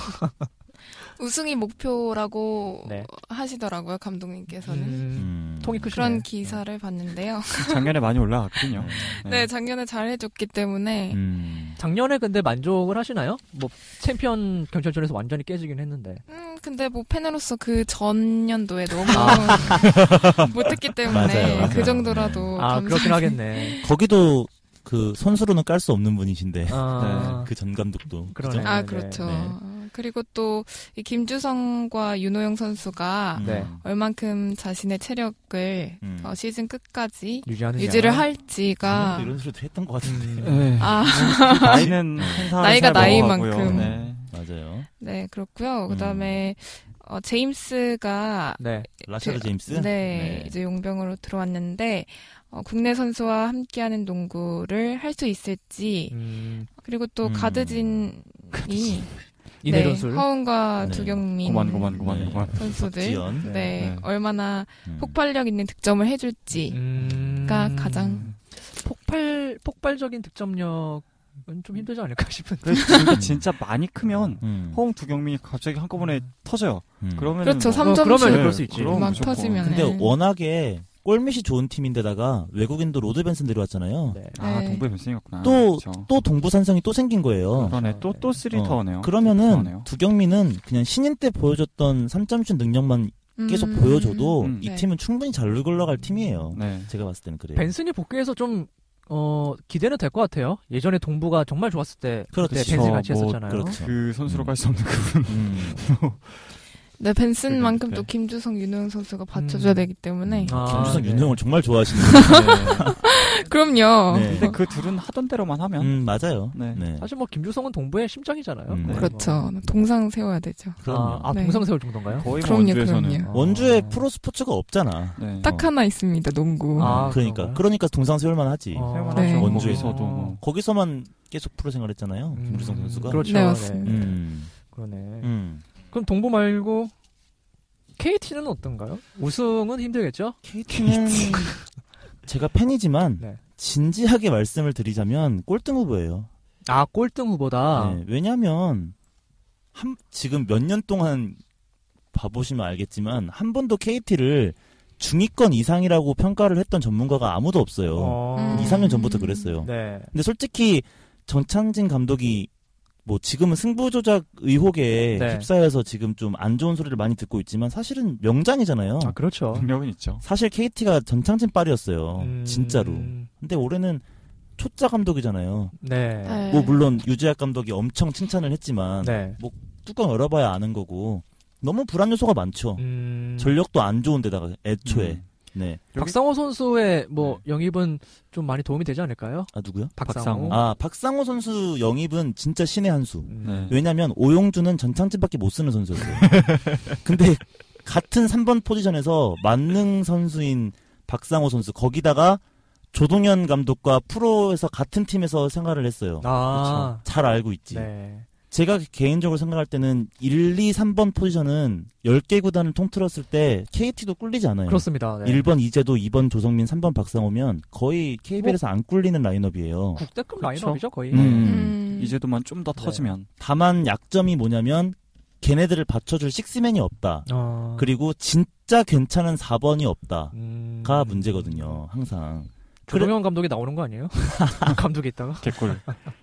Speaker 3: 우승이 목표라고
Speaker 2: 네.
Speaker 3: 하시더라고요 감독님께서는.
Speaker 2: 음,
Speaker 4: 음.
Speaker 2: 통이 크시네.
Speaker 3: 그런 기사를 봤는데요.
Speaker 5: 작년에 많이 올라갔거든요.
Speaker 3: 네. 작년에 잘해줬기 때문에
Speaker 4: 음.
Speaker 2: 작년에 근데 만족을 하시나요? 뭐 챔피언 경찰전에서 완전히 깨지긴 했는데.
Speaker 3: 음 근데 뭐 팬으로서 그 전년도에 너무 (laughs) 못했기 때문에
Speaker 4: 아. 맞아요, 네. 맞아요. 그렇죠.
Speaker 3: 그 정도라도
Speaker 2: 아
Speaker 3: 감사-
Speaker 2: 그렇긴 하겠네.
Speaker 4: 거기도 그 선수로는 깔 수 없는 분이신데,
Speaker 2: 아,
Speaker 4: (laughs) 그 전 감독도.
Speaker 2: 그러네.
Speaker 4: 그죠?
Speaker 3: 아
Speaker 2: 네.
Speaker 3: 그렇죠.
Speaker 4: 네.
Speaker 3: 그리고 또 이 김주성과 윤호영 선수가
Speaker 4: 음.
Speaker 2: 네.
Speaker 3: 얼만큼 자신의 체력을
Speaker 4: 음. 아,
Speaker 3: 어, 시즌 끝까지
Speaker 2: 유지하는
Speaker 3: 유지를 그러니까
Speaker 4: 작년에도
Speaker 3: 할지가
Speaker 4: 이런 소리도 했던 것 같은데.
Speaker 5: 네.
Speaker 3: 아,
Speaker 5: 나이는 한 살,
Speaker 3: 나이가
Speaker 5: 한살
Speaker 3: 나이만큼.
Speaker 5: 먹어가고요. 네.
Speaker 4: (laughs) 음. 맞아요.
Speaker 3: 네, 그렇고요. 그다음에 어, 제임스가
Speaker 2: 네.
Speaker 4: 라샤드
Speaker 3: 그-
Speaker 4: 제임스?
Speaker 3: 네, 이제 용병으로 들어왔는데 어, 국내 선수와 함께하는 농구를 할 수 있을지
Speaker 2: 음,
Speaker 3: 그리고 또
Speaker 4: 음.
Speaker 3: 가드진이 네,
Speaker 2: 이대로술.
Speaker 3: 허운과
Speaker 4: 네.
Speaker 3: 두경민
Speaker 5: 고만, 고만, 고만,
Speaker 4: 네.
Speaker 5: 고만.
Speaker 3: 선수들
Speaker 4: 박지연.
Speaker 3: 네,
Speaker 2: 네,
Speaker 5: 네.
Speaker 3: 얼마나
Speaker 4: 음.
Speaker 3: 폭발력 있는 득점을 해줄지가
Speaker 2: 음.
Speaker 3: 가장
Speaker 2: 폭발 폭발적인 득점력은 좀 힘들지 않을까 (laughs) 싶은데.
Speaker 5: 그래서 둘이 진짜 많이 크면
Speaker 4: 음,
Speaker 5: 허웅 두경민이 갑자기 한꺼번에 터져요. 뭐
Speaker 4: 음.
Speaker 5: 그러면
Speaker 3: 그렇죠. 삼-
Speaker 2: 어, 그러면
Speaker 3: 네,
Speaker 2: 그럴 수 있지.
Speaker 5: 그럼.
Speaker 3: 막
Speaker 5: 무조건.
Speaker 3: 터지면.
Speaker 4: 근데 워낙에 골밑이 좋은 팀인데다가 외국인도 로드 벤슨 데려왔잖아요.
Speaker 2: 네.
Speaker 5: 아
Speaker 3: 네.
Speaker 5: 동부의 변신이 같구나.
Speaker 4: 또,
Speaker 5: 그렇죠.
Speaker 4: 또 동부 산성이 또 생긴 거예요.
Speaker 5: 그러네. 또 또 쓰리
Speaker 4: 어,
Speaker 5: 터네요.
Speaker 4: 그러면은
Speaker 5: 그러네요.
Speaker 4: 두경민은 그냥 신인 때 보여줬던 3점슛 능력만 계속
Speaker 3: 음.
Speaker 4: 보여줘도
Speaker 5: 음.
Speaker 4: 이
Speaker 3: 네.
Speaker 4: 팀은 충분히 잘 굴러갈 팀이에요.
Speaker 5: 네.
Speaker 4: 제가 봤을 때는 그래요.
Speaker 2: 음. 벤슨이 복귀해서 좀 어, 기대는 될 것 같아요. 예전에 동부가 정말 좋았을 때
Speaker 4: 그렇죠.
Speaker 2: 그때 벤슨 같이
Speaker 5: 뭐,
Speaker 2: 했었잖아요.
Speaker 4: 그렇죠.
Speaker 5: 그 선수로 갈
Speaker 4: (laughs)
Speaker 5: 수 없는 그분.
Speaker 4: 음.
Speaker 3: 네, 벤슨만큼
Speaker 5: 네.
Speaker 3: 또 김주성, 윤호영 선수가 받쳐줘야
Speaker 2: 음.
Speaker 3: 되기 때문에.
Speaker 2: 아,
Speaker 4: 김주성
Speaker 2: 네.
Speaker 4: 윤형을 정말 좋아하시는.
Speaker 3: (laughs) 그럼요.
Speaker 4: 네.
Speaker 5: 네. 근데 그 둘은 하던 대로만 하면
Speaker 4: 음, 맞아요.
Speaker 5: 네.
Speaker 4: 네.
Speaker 2: 사실 뭐 김주성은 동부의 심장이잖아요.
Speaker 4: 음.
Speaker 2: 네,
Speaker 3: 그렇죠.
Speaker 2: 뭐.
Speaker 3: 동상 세워야 되죠.
Speaker 4: 그럼요.
Speaker 2: 아, 아,
Speaker 3: 네.
Speaker 2: 동상 세울 정도인가요?
Speaker 5: 거의 뭐
Speaker 3: 그럼요,
Speaker 5: 원주에서는.
Speaker 3: 그럼요.
Speaker 4: 원주에
Speaker 2: 아.
Speaker 4: 프로 스포츠가 없잖아.
Speaker 5: 네.
Speaker 3: 딱 하나 있습니다, 농구.
Speaker 2: 아,
Speaker 4: 그러니까.
Speaker 2: 그런가요?
Speaker 4: 그러니까 동상 세울만 하지.
Speaker 2: 어.
Speaker 5: 세워놔서
Speaker 3: 네.
Speaker 5: 거기서도 뭐.
Speaker 4: 거기서만 계속 프로 생활했잖아요. 김주성 선수가.
Speaker 2: 그렇죠.
Speaker 3: 네,
Speaker 2: 네,
Speaker 3: 맞습니다.
Speaker 4: 음.
Speaker 2: 그러네.
Speaker 4: 음.
Speaker 2: 그럼 동부 말고 KT는 어떤가요? 우승은 힘들겠죠? (laughs)
Speaker 4: KT는 제가 팬이지만
Speaker 2: 네.
Speaker 4: 진지하게 말씀을 드리자면 꼴등 후보예요.
Speaker 2: 아 꼴등 후보다.
Speaker 4: 네, 왜냐하면 한, 지금 몇 년 동안 봐보시면 알겠지만 한 번도 KT를 중위권 이상이라고 평가를 했던 전문가가 아무도 없어요.
Speaker 2: 어,
Speaker 3: 음.
Speaker 4: 2, 3년 전부터 그랬어요.
Speaker 2: 네.
Speaker 4: 근데 솔직히 전창진 감독이 뭐 지금은 승부조작 의혹에
Speaker 2: 네.
Speaker 4: 휩싸여서 지금 좀 안 좋은 소리를 많이 듣고 있지만 사실은 어. 명장이잖아요.
Speaker 2: 아 그렇죠.
Speaker 5: 능력은 있죠.
Speaker 4: 사실 KT가 전창진 빨이었어요.
Speaker 2: 음,
Speaker 4: 진짜로. 근데 올해는 초짜 감독이잖아요.
Speaker 2: 네.
Speaker 3: 네.
Speaker 4: 뭐 물론 유재학 감독이 엄청 칭찬을 했지만
Speaker 2: 네.
Speaker 4: 뚜껑 열어봐야 아는 거고 너무 불안 요소가 많죠.
Speaker 2: 음,
Speaker 4: 전력도 안 좋은데다가 애초에
Speaker 5: 음.
Speaker 4: 네.
Speaker 2: 박상호 선수의 뭐 영입은 좀 많이 도움이 되지 않을까요?
Speaker 4: 아 누구요?
Speaker 2: 박상호.
Speaker 5: 박상호.
Speaker 4: 아 네. 박상호 선수 영입은 진짜 신의 한 수.
Speaker 2: 음,
Speaker 5: 네.
Speaker 4: 왜냐면 오용준은 전창진밖에 못
Speaker 2: (laughs)
Speaker 4: 쓰는 선수였어요. 근데 같은 3번 포지션에서 만능 선수인 박상호 선수 거기다가 조동현 감독과 프로에서 같은 팀에서 생활을 했어요.
Speaker 2: 아.
Speaker 4: 잘 알고 있지.
Speaker 2: 네.
Speaker 4: 제가 개인적으로 생각할 때는 1, 2, 3번 포지션은 10개 구단을 통틀었을 때 KT도 꿀리지 않아요.
Speaker 2: 그렇습니다. 네.
Speaker 4: 1번 이재도, 2번 조성민, 3번 박상호면 거의 KBL에서 안 꿀리는 라인업이에요.
Speaker 2: 국대급
Speaker 5: 그렇죠.
Speaker 2: 라인업이죠 거의. 네.
Speaker 4: 음.
Speaker 3: 음.
Speaker 5: 이제도만 좀 더 터지면
Speaker 4: 다만 약점이 뭐냐면 걔네들을 받쳐줄 식스맨이 없다.
Speaker 2: 어,
Speaker 4: 그리고 진짜 괜찮은 4번이 없다가
Speaker 2: 음.
Speaker 4: 문제거든요. 항상.
Speaker 2: 조동현 감독이 나오는 거
Speaker 4: (laughs)
Speaker 2: 아니에요? 감독이 있다가.
Speaker 5: (laughs) 개꿀.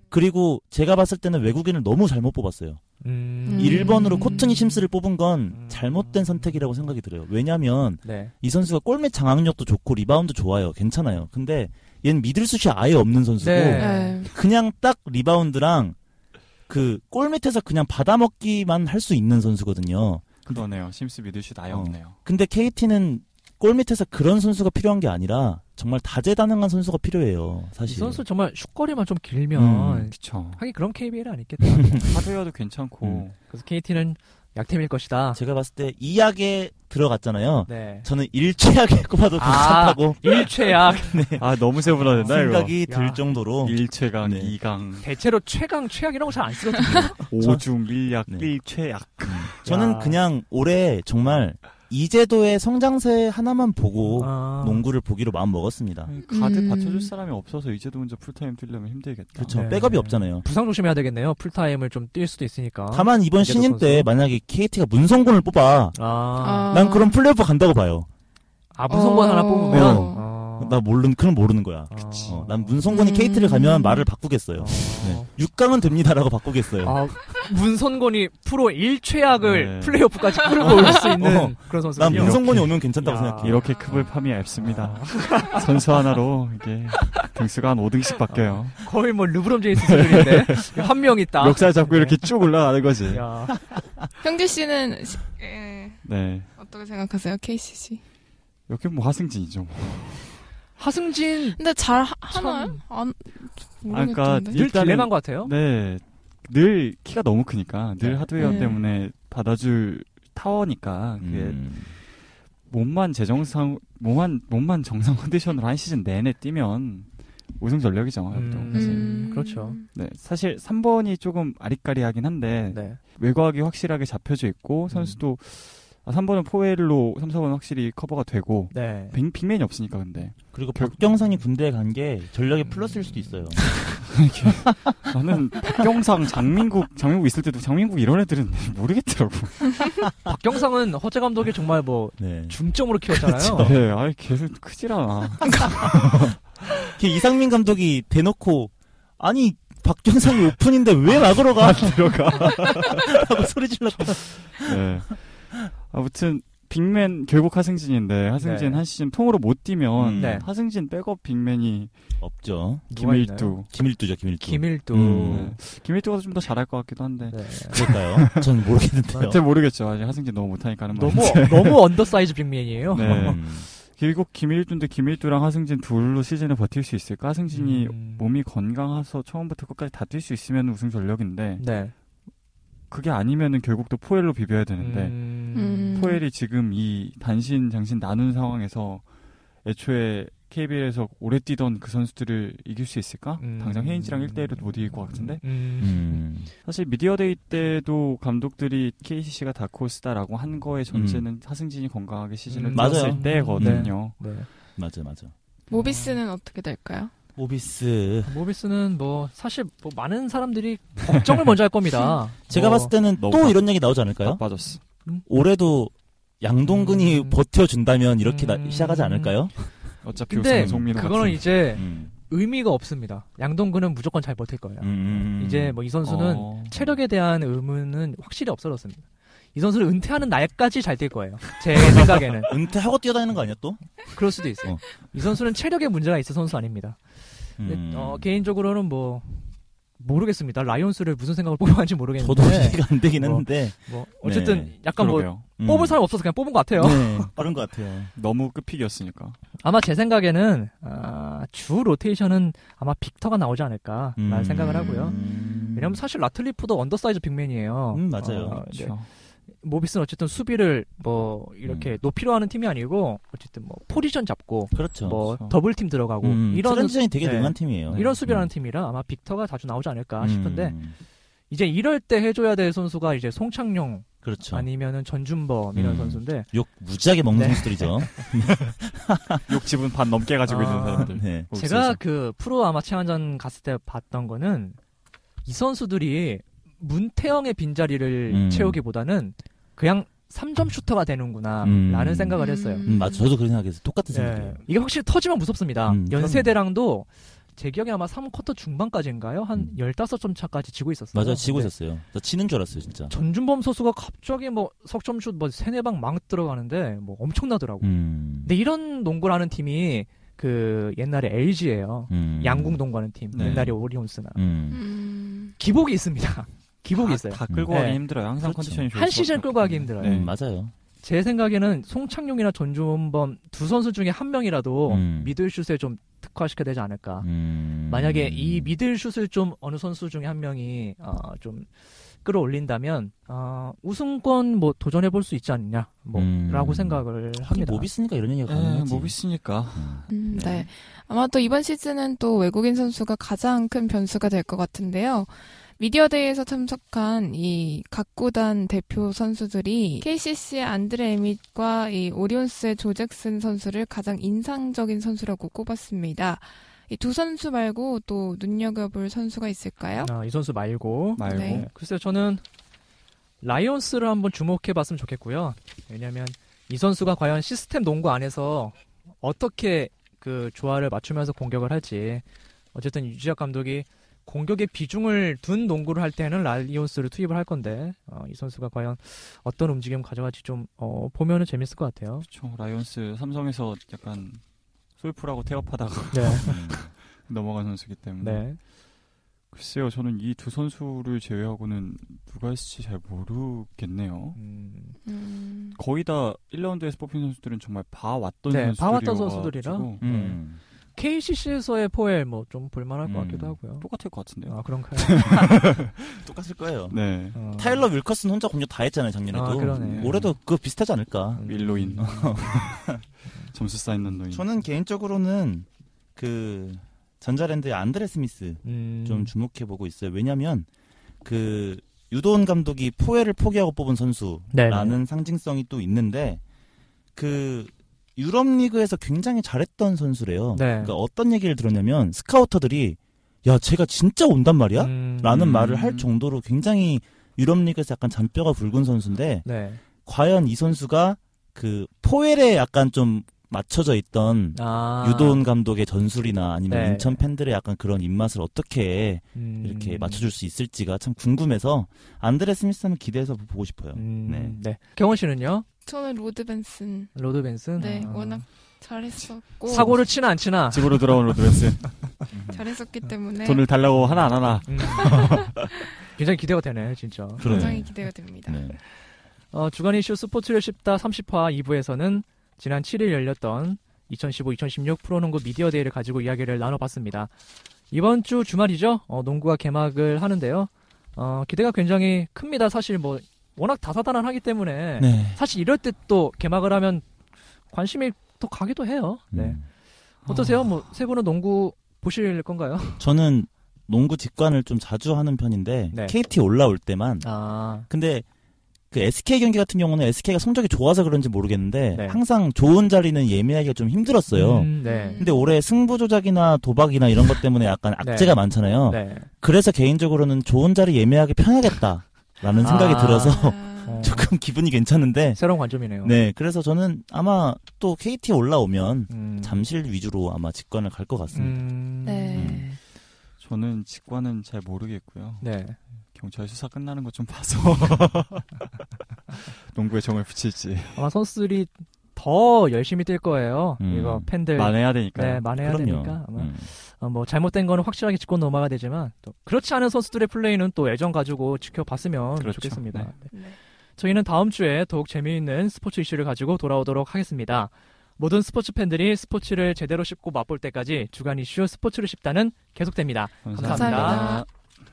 Speaker 4: 그리고 제가 봤을 때는 외국인을 너무 잘못 뽑았어요.
Speaker 2: 음.
Speaker 3: 음.
Speaker 4: 1번으로 코튼이 심스를 뽑은 건
Speaker 2: 음.
Speaker 4: 잘못된 선택이라고 생각이 들어요. 왜냐면
Speaker 2: 네.
Speaker 4: 이 선수가 골밑 장악력도 좋고 리바운드 좋아요. 괜찮아요. 근데 얘는 믿을 슛이 아예 없는 선수고
Speaker 2: 네.
Speaker 3: 네.
Speaker 4: 그냥 딱 리바운드랑 그 골밑에서 그냥 받아먹기만 할 수 있는 선수거든요.
Speaker 5: 그러네요. 심스 믿으시 아예
Speaker 4: 어.
Speaker 5: 없네요.
Speaker 4: 근데 KT는 골밑에서 그런 선수가 필요한 게 아니라 정말 다재다능한 선수가 필요해요.
Speaker 2: 이
Speaker 4: 사실.
Speaker 2: 선수 정말 슛거리만 좀 길면
Speaker 4: 음.
Speaker 5: 그쵸. 음.
Speaker 2: 하긴 그럼 KBL 은 아니겠다. (laughs)
Speaker 5: 하드웨어도 괜찮고.
Speaker 2: 그래서 KT는 약팀일 것이다.
Speaker 4: 제가 봤을 때 2약에 들어갔잖아요.
Speaker 2: 네.
Speaker 4: 저는 1최약에 (laughs) 꼽아도
Speaker 2: 아.
Speaker 4: 괜찮다고
Speaker 2: 일최약
Speaker 5: 아 너무 세분화 된다 이거. 어.
Speaker 4: 생각이
Speaker 2: 이거. 야.
Speaker 4: 들 정도로
Speaker 5: 1최강,
Speaker 4: 네.
Speaker 5: 2강,
Speaker 2: 대체로 최강 최악이라고 잘 안 쓰거든요.
Speaker 5: 5중 1약,
Speaker 4: 네.
Speaker 5: 1최약.
Speaker 4: 저는
Speaker 2: 야.
Speaker 4: 그냥 올해 정말 이제도의 성장세 하나만 보고
Speaker 2: 아.
Speaker 4: 농구를 보기로 마음 먹었습니다.
Speaker 5: 가드
Speaker 3: 음.
Speaker 5: 받쳐줄 사람이 없어서 이제도 혼자 풀타임 뛰려면 힘들겠다.
Speaker 4: 그렇죠.
Speaker 2: 네.
Speaker 4: 백업이 없잖아요.
Speaker 2: 부상 조심해야 되겠네요. 풀타임을 좀 뛸 수도 있으니까.
Speaker 4: 다만 이번
Speaker 2: 아. 이제도
Speaker 4: 신인
Speaker 2: 선수.
Speaker 4: 때 만약에 KT가 문성곤을 뽑아
Speaker 2: 아,
Speaker 3: 아.
Speaker 4: 난 그럼 플레이오프 간다고 봐요.
Speaker 2: 아 무성권
Speaker 3: 어.
Speaker 2: 하나 뽑으면.
Speaker 4: 어.
Speaker 2: 아.
Speaker 4: 나 모르는 그럼 모르는 거야.
Speaker 2: 그치.
Speaker 4: 어, 난 문성곤이
Speaker 3: 음.
Speaker 4: KT를 가면 말을 바꾸겠어요.
Speaker 2: 어.
Speaker 4: 네. 6강은 됩니다라고 바꾸겠어요.
Speaker 2: 아, 문선권이 프로 1최악을
Speaker 5: 네.
Speaker 2: 플레이오프까지 끌고 올 수 있는
Speaker 4: (laughs) 어.
Speaker 2: 그런
Speaker 4: 난
Speaker 2: 선수군요. 아.
Speaker 4: 문성곤이 오면 괜찮다고
Speaker 2: 야.
Speaker 4: 생각해.
Speaker 5: 아. 이렇게 급을 파미 앱습니다. 선수 하나로 이게 등수가 한 5등씩 바뀌어요.
Speaker 2: 거의 뭐 르브론 제이스
Speaker 4: (laughs)
Speaker 2: 수준인데 한 명 있다.
Speaker 5: 멱살 잡고 이렇게 쭉 올라가는 거지.
Speaker 2: 야.
Speaker 3: 현규 씨는 시- 예,
Speaker 5: 네.
Speaker 3: 어떻게 생각하세요, KCC?
Speaker 5: 여기 뭐 하승진이죠. 뭐.
Speaker 2: 하승진
Speaker 3: 근데 잘 하, 하나요? 안
Speaker 5: 그러니까
Speaker 3: 모르겠던데.
Speaker 2: 늘
Speaker 5: 일단은-
Speaker 2: 딜레마인 것 같아요.
Speaker 5: 네. 늘 키가 너무 크니까 늘
Speaker 4: 네.
Speaker 5: 하드웨어
Speaker 3: 음.
Speaker 5: 때문에 받아줄 타워니까 그게
Speaker 4: 음.
Speaker 5: 몸만 재정상 몸만 몸만 정상 컨디션으로 한 시즌 내내 뛰면 우승 전력이죠.
Speaker 2: 음.
Speaker 5: 또 사실.
Speaker 2: 그렇죠.
Speaker 5: 네, 사실 3번이 조금 아리까리하긴 한데
Speaker 2: 네. 음.
Speaker 5: 외곽이 확실하게 잡혀져 있고 선수도 아, 3번은 포엘로 3, 4번 확실히 커버가 되고
Speaker 2: 네.
Speaker 5: 빅, 빅맨이 없으니까 근데
Speaker 4: 그리고
Speaker 5: 결-
Speaker 4: 박경상이 군대에 간 게 전력의 플러스일 수도 있어요.
Speaker 2: (laughs)
Speaker 5: 나는 박경상 장민국 장민국 있을 때도 장민국 이런 애들은 모르겠더라고.
Speaker 2: 박경상은 허재 감독이 정말 뭐
Speaker 4: (laughs) 네.
Speaker 2: 중점으로 키웠잖아요.
Speaker 5: 네, 아이 계속 크질 않아.
Speaker 4: 특히 이상민 감독이 대놓고 아니 박경상이 오픈인데 왜 막으러 가? (laughs) 들어가. 하고 소리 질렀다.
Speaker 5: 네. 아무튼 빅맨 결국 하승진인데 하승진
Speaker 2: 네.
Speaker 5: 한 시즌 통으로 못 뛰면
Speaker 4: 음.
Speaker 2: 네.
Speaker 5: 하승진 백업 빅맨이
Speaker 4: 없죠.
Speaker 2: 누가 있나요?
Speaker 5: 김일두.
Speaker 4: 김일두죠, 김일두.
Speaker 2: 김일두.
Speaker 4: 음.
Speaker 5: 김일두가 좀 더 잘할 것 같기도 한데.
Speaker 2: 네.
Speaker 4: 그럴까요? 전 모르겠는데요.
Speaker 5: 잘 모르겠죠. 아직 하승진 너무 못하니까 하는 (laughs)
Speaker 2: 너무
Speaker 5: 말인데.
Speaker 2: 너무 언더사이즈 빅맨이에요.
Speaker 5: (laughs) 네.
Speaker 4: 음.
Speaker 5: 결국 김일두인데 김일두랑 하승진 둘로 시즌을 버틸 수 있을까? 하승진이
Speaker 2: 음.
Speaker 5: 몸이 건강해서 처음부터 끝까지 다 뛸 수 있으면 우승 전력인데
Speaker 2: 네.
Speaker 5: 그게 아니면은 결국 또 포엘로 비벼야 되는데
Speaker 3: 음.
Speaker 5: 포엘이 지금 이 단신 장신 나눈 상황에서 애초에 KBL에서 오래 뛰던 그 선수들을 이길 수 있을까?
Speaker 2: 음.
Speaker 5: 당장 헤인지랑 1대1로 못 이길 것 같은데
Speaker 2: 음.
Speaker 4: 음.
Speaker 5: 사실 미디어데이 때도 감독들이 KCC가 다크호스다라고 한 거의 전제는 하승진이 건강하게 시즌을
Speaker 2: 음,
Speaker 5: 맞았을
Speaker 4: 맞아요.
Speaker 5: 때거든요.
Speaker 2: 네.
Speaker 4: 맞아, 맞아.
Speaker 3: 모비스는 어떻게 될까요?
Speaker 4: 오비스.
Speaker 2: 모비스는 뭐 사실 뭐 많은 사람들이 걱정을 먼저 할 겁니다.
Speaker 4: 제가
Speaker 2: 뭐,
Speaker 4: 봤을 때는
Speaker 5: 너무
Speaker 4: 또
Speaker 5: 바-
Speaker 4: 이런 얘기 나오지 않을까요?
Speaker 5: 다 빠졌어.
Speaker 4: 올해도 양동근이
Speaker 2: 음.
Speaker 4: 버텨준다면 이렇게 나-
Speaker 2: 음.
Speaker 4: 시작하지 않을까요?
Speaker 5: 어차피
Speaker 2: 근데
Speaker 5: 우승은 송민호
Speaker 2: 그거는 이제
Speaker 4: 음.
Speaker 2: 의미가 없습니다. 양동근은 무조건 잘 버틸 거예요.
Speaker 4: 음.
Speaker 2: 이제 뭐 이 선수는
Speaker 5: 어.
Speaker 2: 체력에 대한 의문은 확실히 없어졌습니다. 이 선수는 은퇴하는 날까지 잘 뛸 거예요.
Speaker 4: (laughs)
Speaker 2: 제 생각에는
Speaker 4: 은퇴하고 뛰어다니는 거 아니야 또?
Speaker 2: 그럴 수도 있어요.
Speaker 4: 어.
Speaker 2: 이 선수는 체력에 문제가 있어 선수 아닙니다. 근데,
Speaker 4: 음.
Speaker 2: 어, 개인적으로는 뭐 모르겠습니다. 라이온스를 무슨 생각을 뽑아왔는지 모르겠는데
Speaker 4: 저도 이해가 안 되긴
Speaker 2: 뭐,
Speaker 4: 했는데
Speaker 2: 뭐 어쨌든
Speaker 4: 네.
Speaker 2: 약간 뭐
Speaker 5: 그러게요.
Speaker 4: 음.
Speaker 2: 뽑을 사람 없어서 그냥 뽑은 것 같아요.
Speaker 4: 네,
Speaker 2: (laughs)
Speaker 4: 빠른 것 같아요.
Speaker 5: 너무 끝픽이었으니까.
Speaker 2: 아마 제 생각에는 아, 주 로테이션은 아마 빅터가 나오지 않을까라는
Speaker 4: 음.
Speaker 2: 생각을 하고요.
Speaker 4: 음.
Speaker 2: 왜냐면 사실 라틀리프도 언더사이즈 빅맨이에요.
Speaker 4: 음, 맞아요.
Speaker 2: 어, 네.
Speaker 5: 그렇죠.
Speaker 2: 모비스는 어쨌든 수비를 뭐 이렇게
Speaker 4: 음.
Speaker 2: 높이로 하는 팀이 아니고 어쨌든 뭐 포지션 잡고
Speaker 4: 그렇죠.
Speaker 2: 뭐
Speaker 5: 그렇죠.
Speaker 2: 더블 팀 들어가고
Speaker 4: 음,
Speaker 2: 이런
Speaker 4: 트랜지션이 되게
Speaker 2: 네.
Speaker 4: 능한 팀이에요.
Speaker 2: 이런 수비라는 팀이라 아마 빅터가 자주 나오지 않을까 싶은데
Speaker 4: 음.
Speaker 2: 이제 이럴 때 해줘야 될 선수가 이제 송창용
Speaker 4: 그렇죠.
Speaker 2: 아니면은 전준범 이런
Speaker 4: 음.
Speaker 2: 선수인데
Speaker 4: 욕 무지하게
Speaker 2: 네.
Speaker 4: 먹는
Speaker 2: (laughs)
Speaker 4: 선수들이죠.
Speaker 5: 욕 지분 반 넘게 가지고
Speaker 2: 아,
Speaker 5: 있는 사람들. 아,
Speaker 4: 네.
Speaker 2: 제가 그 프로 아마추어 한잔 갔을 때 봤던 거는 이 선수들이 문태영의 빈자리를
Speaker 4: 음.
Speaker 2: 채우기보다는 그냥 3점 슈터가 되는구나
Speaker 4: 음.
Speaker 2: 라는 생각을 했어요.
Speaker 3: 음.
Speaker 4: 음, 맞아. 저도 그런 생각했어요. 똑같은
Speaker 2: 예.
Speaker 4: 생각이에요.
Speaker 2: 이게 확실히 터지면 무섭습니다.
Speaker 4: 음,
Speaker 2: 연세대랑도 제 기억에 아마 3쿼터 중반까지인가요? 한
Speaker 4: 음.
Speaker 2: 15점 차까지 지고 있었어요.
Speaker 4: 맞아. 지고
Speaker 2: 근데
Speaker 4: 있었어요. 저 치는 줄 알았어요, 진짜.
Speaker 2: 전준범 선수가 갑자기 뭐 석점슛 뭐 세네 방 막 들어가는데 뭐 엄청나더라고.
Speaker 4: 음.
Speaker 2: 근데 이런 농구를 하는 팀이 그 옛날에 LG예요.
Speaker 4: 음.
Speaker 2: 양궁 농구하는 팀.
Speaker 5: 네.
Speaker 2: 옛날에 오리온스나.
Speaker 4: 음.
Speaker 3: 음.
Speaker 2: 기복이 있습니다. (laughs) 기복이
Speaker 4: 아,
Speaker 5: 다,
Speaker 2: 있어요.
Speaker 5: 다 끌고
Speaker 2: 음.
Speaker 5: 가기
Speaker 2: 네.
Speaker 5: 힘들어요. 항상
Speaker 4: 그렇죠.
Speaker 5: 컨디션이 좋을
Speaker 2: 한
Speaker 5: 수
Speaker 2: 시즌 끌고 가기 힘들어요.
Speaker 5: 네.
Speaker 4: 음, 맞아요.
Speaker 2: 제 생각에는 송창용이나 전준범 두 선수 중에 한 명이라도
Speaker 4: 음.
Speaker 2: 미들슛에 좀 특화시켜야 되지 않을까.
Speaker 4: 음.
Speaker 2: 아, 만약에 이 미들슛을 좀 어느 선수 중에 한 명이 어, 좀 끌어올린다면 어, 우승권 뭐 도전해 볼 수 있지 않냐
Speaker 4: 음.
Speaker 2: 뭐라고 생각을
Speaker 4: 하긴
Speaker 2: 합니다. 네,
Speaker 4: 몹 있으니까 이런 얘기가
Speaker 5: 에이,
Speaker 4: 가능하지.
Speaker 5: 못 네, 뭐 있으니까.
Speaker 3: 음, 네. 아마 또 이번 시즌은 또 외국인 선수가 가장 큰 변수가 될 것 같은데요. 미디어데이에서 참석한 이 각 구단 대표 선수들이 KCC의 안드레 에밋과 이 오리온스의 조잭슨 선수를 가장 인상적인 선수라고 꼽았습니다. 이 두 선수 말고 또 눈여겨볼 선수가 있을까요?
Speaker 2: 아, 이 선수 말고
Speaker 5: 말고.
Speaker 3: 네.
Speaker 2: 글쎄요 저는 라이온스를 한번 주목해 봤으면 좋겠고요. 왜냐하면 이 선수가 과연 시스템 농구 안에서 어떻게 그 조화를 맞추면서 공격을 할지 어쨌든 유지혁 감독이 공격의 비중을 둔 농구를 할 때는 라이온스를 투입을 할 건데 어, 이 선수가 과연 어떤 움직임 가져갈지 좀 어, 보면은 재밌을 것 같아요.
Speaker 5: 그렇죠. 라이온스 삼성에서 약간 솔프라고 태업하다가 (laughs)
Speaker 2: 네,
Speaker 4: 음.
Speaker 5: 넘어간 선수기 때문에.
Speaker 2: 네.
Speaker 5: 글쎄요, 저는 이 두 선수를 제외하고는 누가 있을지 잘 모르겠네요.
Speaker 2: 음,
Speaker 3: 음,
Speaker 5: 거의 다 1라운드에서 뽑힌 선수들은 정말 봐왔던
Speaker 2: 네,
Speaker 5: 선수들이어가지고
Speaker 2: 봐왔던 선수들이라.
Speaker 4: 음.
Speaker 2: KCC에서의 포엘 뭐 좀 볼만할 것
Speaker 4: 음.
Speaker 2: 같기도 하고요.
Speaker 5: 똑같을 것 같은데요.
Speaker 2: 아 그런가요?
Speaker 4: 똑같을 거예요.
Speaker 5: 네.
Speaker 2: 어.
Speaker 4: 타일러 윌커슨 혼자 공격 다 했잖아요, 작년에도. 뭐
Speaker 2: 아, 그러네.
Speaker 4: 올해도 그거 비슷하지 않을까.
Speaker 2: 음.
Speaker 5: 밀로인. 네. (laughs) 점수 쌓이는 노인.
Speaker 4: 저는 개인적으로는 그 전자랜드의 안드레 스미스
Speaker 2: 음.
Speaker 4: 좀 주목해 보고 있어요. 왜냐면 그 유도훈 감독이 포회를 포기하고 뽑은 선수
Speaker 2: 네.
Speaker 4: 라는 상징성이 또 있는데 그 유럽 리그에서 굉장히 잘했던 선수래요.
Speaker 2: 네.
Speaker 4: 그러니까 어떤 얘기를 들었냐면 스카우터들이 야 제가 진짜 온단 말이야?
Speaker 2: 음,
Speaker 4: 라는
Speaker 5: 음.
Speaker 4: 말을 할 정도로 굉장히 유럽 리그에서 약간 잔뼈가 굵은 선수인데
Speaker 2: 네.
Speaker 4: 과연 이 선수가 그 포엘에 약간 좀 맞춰져 있던
Speaker 2: 아.
Speaker 4: 유도훈 감독의 전술이나 아니면
Speaker 2: 네.
Speaker 4: 인천 팬들의 약간 그런 입맛을 어떻게
Speaker 2: 음.
Speaker 4: 이렇게 맞춰줄 수 있을지가 참 궁금해서 안드레 스미스는 기대해서 보고 싶어요.
Speaker 2: 음,
Speaker 4: 네.
Speaker 2: 네. 경원 씨는요?
Speaker 3: 저는 로드 벤슨.
Speaker 2: 로드 벤슨?
Speaker 3: 네,
Speaker 2: 아.
Speaker 3: 워낙 잘했었고
Speaker 2: 사고를 치나 안 치나?
Speaker 5: 집으로 돌아온 로드벤슨
Speaker 3: 잘했었기 때문에
Speaker 5: 돈을 달라고 하나 안 하나
Speaker 2: 음. 굉장히 기대가 되네, 진짜.
Speaker 3: 굉장히 기대가 됩니다.
Speaker 4: 네.
Speaker 2: 어, 주간 이슈 스포츠를 쉽다 30화 2부에서는 지난 7일 열렸던 2015-2016 프로농구 미디어 데이를 가지고 이야기를 나눠봤습니다. 이번 주 주말이죠. 어, 농구가 개막을 하는데요. 어, 기대가 굉장히 큽니다. 사실 뭐 워낙 다사다난하기 때문에
Speaker 4: 네.
Speaker 2: 사실 이럴 때 또 개막을 하면 관심이 또 가기도 해요. 네.
Speaker 4: 음.
Speaker 2: 어떠세요? 뭐 세 분은 농구 보실 건가요?
Speaker 4: 저는 농구 직관을 좀 자주 하는 편인데
Speaker 2: 네.
Speaker 4: KT 올라올 때만
Speaker 2: 아,
Speaker 4: 근데 그 SK 경기 같은 경우는 SK가 성적이 좋아서 그런지 모르겠는데
Speaker 2: 네.
Speaker 4: 항상 좋은 자리는 예매하기가 좀 힘들었어요.
Speaker 2: 음, 네.
Speaker 4: 근데 올해 승부 조작이나 도박이나 이런 것 때문에 약간
Speaker 2: 네.
Speaker 4: 악재가 많잖아요.
Speaker 2: 네.
Speaker 4: 그래서 개인적으로는 좋은 자리 예매하기 편하겠다라는 생각이
Speaker 2: 아.
Speaker 4: 들어서 (laughs)
Speaker 2: 어,
Speaker 4: 조금 기분이 괜찮은데
Speaker 2: 새로운 관점이네요.
Speaker 4: 네 그래서 저는 아마 또 KT 올라오면
Speaker 2: 음.
Speaker 4: 잠실 위주로 아마 직관을 갈 것 같습니다.
Speaker 2: 음.
Speaker 3: 네.
Speaker 5: 저는 직관은 잘 모르겠고요
Speaker 2: 네.
Speaker 5: 경찰 수사 끝나는 거
Speaker 2: (laughs)
Speaker 5: 좀 봐서 농구에 정을 붙일지
Speaker 2: 아마 선수들이 더 열심히 뛸 거예요.
Speaker 4: 음.
Speaker 2: 이거 팬들
Speaker 5: 만회해야
Speaker 2: 네,
Speaker 5: 되니까
Speaker 2: 만회해야 되니까 아마
Speaker 4: 음.
Speaker 2: 어, 뭐 잘못된 거는 확실하게 짚고 넘어가야 되지만 또 그렇지 않은 선수들의 플레이는 또 애정 가지고 지켜봤으면
Speaker 5: 그렇죠.
Speaker 2: 좋겠습니다.
Speaker 5: 네.
Speaker 2: 네.
Speaker 3: 네.
Speaker 2: 저희는 다음 주에 더욱 재미있는 스포츠 이슈를 가지고 돌아오도록 하겠습니다. 모든 스포츠 팬들이 스포츠를 제대로 씹고 맛볼 때까지 주간 이슈 스포츠를 씹다는 계속됩니다. 감사합니다.
Speaker 3: 감사합니다.